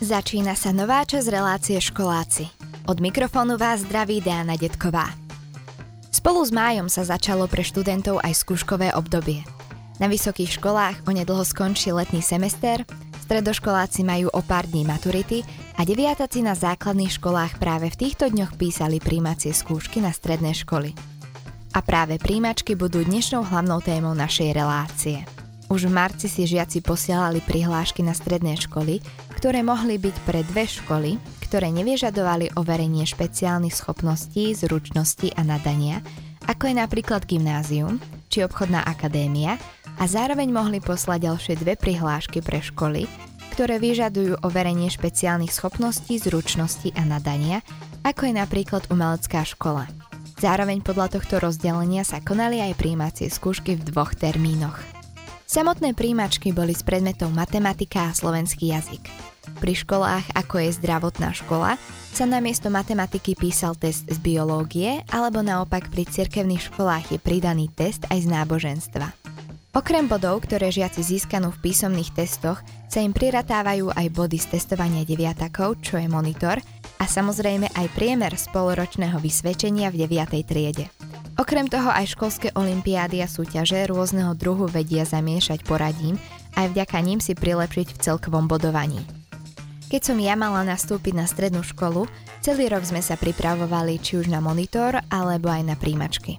Začína sa nová časť relácie školáci. Od mikrofónu vás zdraví Diana Detková. Spolu s májom sa začalo pre študentov aj skúškové obdobie. Na vysokých školách onedlho skončí letný semester, stredoškoláci majú o pár dní maturity a deviataci na základných školách práve v týchto dňoch písali príjmacie skúšky na stredné školy. A práve príjimačky budú dnešnou hlavnou témou našej relácie. Už v marci si žiaci posielali prihlášky na stredné školy, ktoré mohli byť pre dve školy, ktoré nevyžadovali overenie špeciálnych schopností, zručností a nadania, ako je napríklad gymnázium či obchodná akadémia a zároveň mohli poslať ďalšie dve prihlášky pre školy, ktoré vyžadujú overenie špeciálnych schopností, zručností a nadania, ako je napríklad umelecká škola. Zároveň podľa tohto rozdelenia sa konali aj príjímacie skúšky v dvoch termínoch. Samotné príjimačky boli s predmetom matematika a slovenský jazyk. Pri školách, ako je zdravotná škola, sa namiesto matematiky písal test z biológie, alebo naopak pri cirkevných školách je pridaný test aj z náboženstva. Okrem bodov, ktoré žiaci získanú v písomných testoch, sa im priratávajú aj body z testovania deviatakov, čo je monitor, a samozrejme aj priemer z poloročného vysvedčenia v 9. triede. Okrem toho aj školské olimpiády a súťaže rôzneho druhu vedia zamiešať poradím a aj vďaka ním si prilepšiť v celkovom bodovaní. Keď som ja mala nastúpiť na strednú školu, celý rok sme sa pripravovali či už na monitor alebo aj na príjmačky.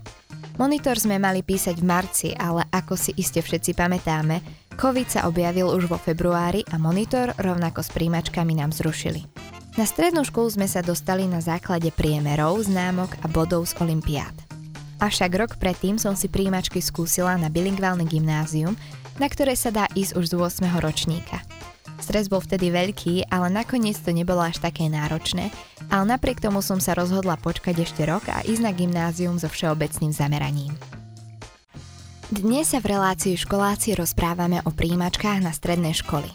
Monitor sme mali písať v marci, ale ako si iste všetci pamätáme, COVID sa objavil už vo februári a monitor rovnako s príjmačkami nám zrušili. Na strednú školu sme sa dostali na základe priemerov, známok a bodov z olimpiád. Avšak rok predtým som si príjimačky skúsila na bilingválne gymnázium, na ktoré sa dá ísť už z 8. ročníka. Stres bol vtedy veľký, ale nakoniec to nebolo až také náročné, ale napriek tomu som sa rozhodla počkať ešte rok a ísť na gymnázium so všeobecným zameraním. Dnes sa v relácii školáci rozprávame o príjimačkách na stredné školy.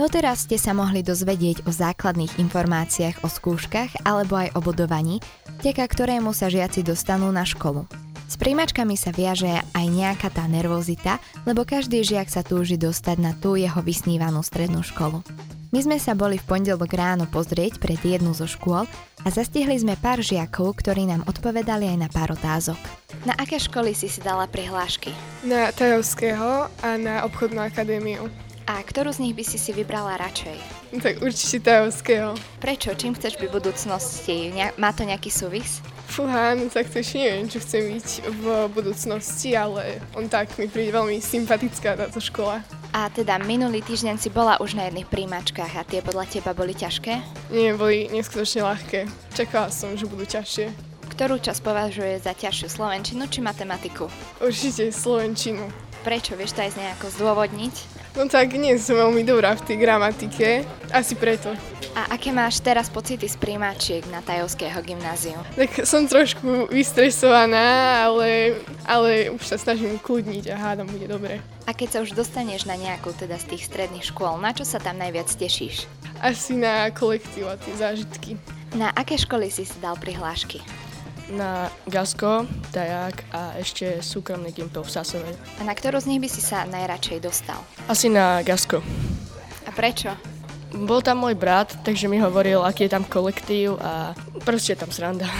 Doteraz ste sa mohli dozvedieť o základných informáciách o skúškach alebo aj o bodovaní, vďaka ktorému sa žiaci dostanú na školu. S príjmačkami sa viaže aj nejaká tá nervozita, lebo každý žiak sa túži dostať na tú jeho vysnívanú strednú školu. My sme sa boli v pondelok ráno pozrieť pred jednu zo škôl a zastihli sme pár žiakov, ktorí nám odpovedali aj na pár otázok. Na aké školy si si dala prihlášky? Na Tajovského a na obchodnú akadémiu. No A ktorú z nich by si si vybrala radšej? Tak určite Tajovského. Prečo? Čím chceš byť v budúcnosti? Ne- má to nejaký súvis? Fúha, no tak to ešte neviem, čo chcem byť v budúcnosti, ale on tak mi príde veľmi sympatická táto škola. A teda minulý týždeň si bola už na jedných príjimačkách a tie podľa teba boli ťažké? Nie, boli neskutočne ľahké. Čakala som, že budú ťažšie. Ktorú čas považuje za ťažšiu Slovenčinu či matematiku? Určite Slovenčinu. Prečo? Vieš to aj nejako zdôvodniť? No tak nie som veľmi dobrá v tej gramatike, asi preto. A aké máš teraz pocity z príjmačiek na Tajovského gymnáziu? Tak som trošku vystresovaná, ale, ale už sa snažím ukludniť a hádam, bude dobre. A keď sa už dostaneš na nejakú teda z tých stredných škôl, na čo sa tam najviac tešíš? Asi na kolektív a tie zážitky. Na aké školy si si dal prihlášky? na Gasko, Tajak a ešte súkromný gimpel v Sasovej. A na ktorú z nich by si sa najradšej dostal? Asi na Gasko. A prečo? Bol tam môj brat, takže mi hovoril, aký je tam kolektív a proste je tam sranda.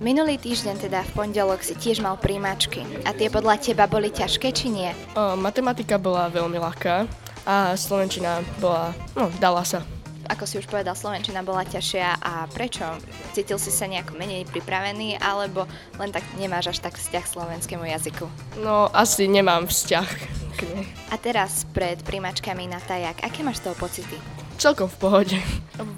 Minulý týždeň, teda v pondelok, si tiež mal príjmačky. A tie podľa teba boli ťažké či nie? O, matematika bola veľmi ľahká a Slovenčina bola, no, dala sa. Ako si už povedal, Slovenčina bola ťažšia a prečo? Cítil si sa nejako menej pripravený alebo len tak nemáš až tak vzťah k slovenskému jazyku? No, asi nemám vzťah k nej. A teraz pred príjmačkami na tajak, aké máš z toho pocity? Celkom v pohode.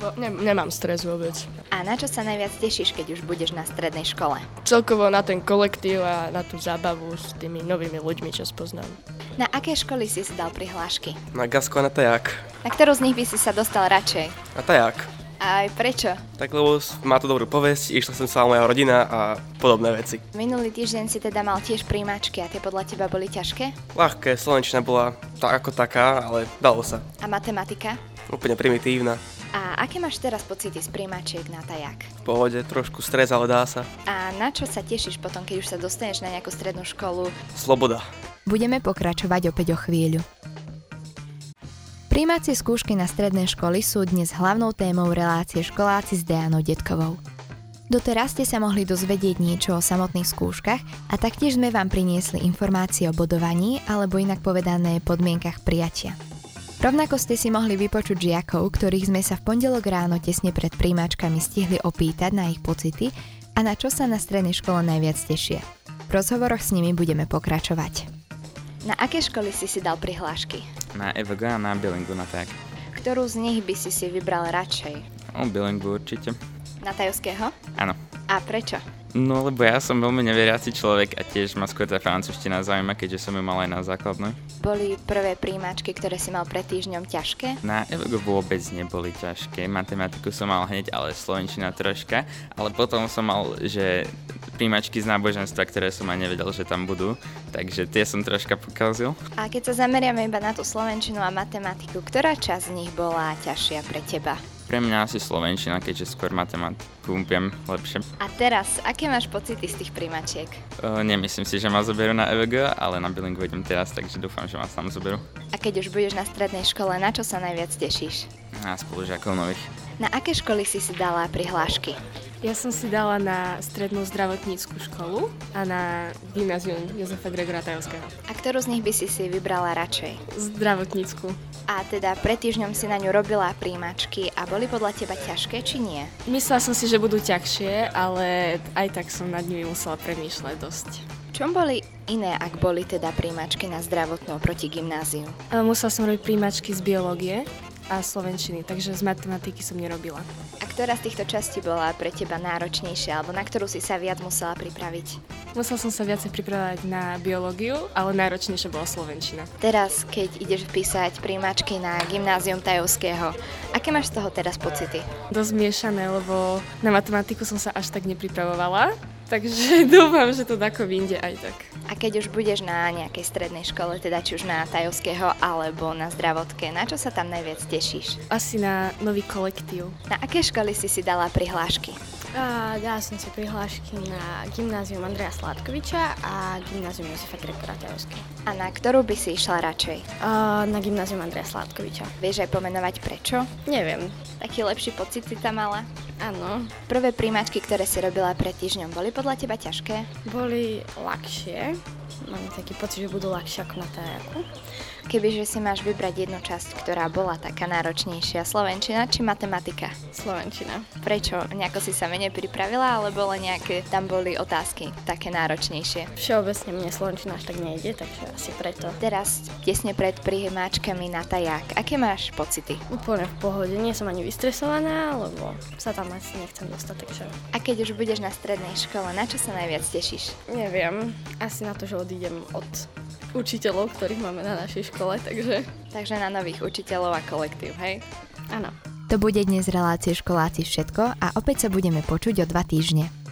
Vo- Ne, nemám stres vôbec. A na čo sa najviac tešíš, keď už budeš na strednej škole? Celkovo na ten kolektív a na tú zábavu s tými novými ľuďmi, čo spoznám. Na aké školy si si dal prihlášky? Na Gasko a na Tajak. Na ktorú z nich by si sa dostal radšej? Na Tajak. A aj prečo? Tak lebo s- má to dobrú povesť, išla som celá moja rodina a podobné veci. Minulý týždeň si teda mal tiež príjmačky a tie podľa teba boli ťažké? Ľahké, slovenčina bola tak ako taká, ale dalo sa. A matematika? Úplne primitívna. A aké máš teraz pocity z príjmačiek na tajak? V pohode, trošku stres, ale dá sa. A na čo sa tešíš potom, keď už sa dostaneš na nejakú strednú školu? Sloboda. Budeme pokračovať opäť o chvíľu. Príjmacie skúšky na stredné školy sú dnes hlavnou témou relácie školáci s Dejanou Detkovou. Doteraz ste sa mohli dozvedieť niečo o samotných skúškach a taktiež sme vám priniesli informácie o bodovaní alebo inak povedané podmienkach prijatia. Rovnako ste si mohli vypočuť žiakov, ktorých sme sa v pondelok ráno tesne pred príjmačkami stihli opýtať na ich pocity a na čo sa na strednej škole najviac tešia. V rozhovoroch s nimi budeme pokračovať. Na aké školy si si dal prihlášky? Na EVG a na Billingu na tak. Ktorú z nich by si si vybral radšej? O Billingu určite. Na Tajovského? Áno. A prečo? No lebo ja som veľmi neveriaci človek a tiež ma skôr tá francúzština zaujíma, keďže som ju mal aj na základnej. Boli prvé príjimačky, ktoré si mal pred týždňom ťažké? Na EVG vôbec neboli ťažké, matematiku som mal hneď, ale slovenčina troška, ale potom som mal, že príjmačky z náboženstva, ktoré som aj nevedel, že tam budú, takže tie som troška pokazil. A keď sa zameriame iba na tú slovenčinu a matematiku, ktorá časť z nich bola ťažšia pre teba? Pre mňa asi slovenčina, keďže skôr matematiku viem lepšie. A teraz, aké máš pocity z tých príjimačiek? E, nemyslím si, že ma zoberú na EVG, ale na Billingu idem teraz, takže dúfam, že ma sám zoberú. A keď už budeš na strednej škole, na čo sa najviac tešíš? A spolužiakov nových. Na aké školy si si dala prihlášky? Ja som si dala na strednú zdravotníckú školu a na gymnázium Jozefa Gregora Tajovského. A ktorú z nich by si si vybrala radšej? Zdravotníckú. A teda pred týždňom si na ňu robila príjimačky a boli podľa teba ťažké či nie? Myslela som si, že budú ťažšie, ale aj tak som nad nimi musela premýšľať dosť. V čom boli iné, ak boli teda príjimačky na zdravotnú proti gymnáziu? Ale musela som robiť príjmačky z biológie a slovenčiny, takže z matematiky som nerobila. A ktorá z týchto častí bola pre teba náročnejšia alebo na ktorú si sa viac musela pripraviť? Musela som sa viacej pripravovať na biológiu, ale najročnejšia bola slovenčina. Teraz, keď ideš písať príjimačky na gymnázium Tajovského, aké máš z toho teraz pocity? Dosť miešané, lebo na matematiku som sa až tak nepripravovala, takže dúfam, že to dako vyjde aj tak. A keď už budeš na nejakej strednej škole, teda či už na Tajovského alebo na zdravotke, na čo sa tam najviac tešíš? Asi na nový kolektív. Na aké školy si si dala prihlášky? A dala som si prihlášky na gymnázium Andreja Sládkoviča a gymnázium Jozefa Gregora Tajovského. A na ktorú by si išla radšej? A na gymnázium Andreja Sládkoviča. Vieš aj pomenovať prečo? Neviem. Taký lepší pocit si tam mala? Áno, Prvé príjimačky, ktoré si robila pred týždňom, boli podľa teba ťažké? boli ľahšie. Mám taký pocit, že budú ľahšie ako na tajaku. Kebyže si máš vybrať jednu časť, ktorá bola taká náročnejšia, slovenčina či matematika? Slovenčina. Prečo? Nejako si sa menej pripravila, alebo len nejaké tam boli otázky také náročnejšie? Všeobecne mne Slovenčina až tak nejde, takže asi preto. Teraz, tesne pred príjmačkami na tajak, aké máš pocity? Úplne v pohode, nie som ani vystresovaná, lebo sa tam asi nechcem dostať, takže A keď už budeš na strednej škole, na čo sa najviac tešíš? neviem. Asi na to, že odídem od učiteľov, ktorých máme na našej škole, takže Takže na nových učiteľov a kolektív, hej? áno. To bude dnes relácie školáci všetko a opäť sa budeme počuť o dva týždne.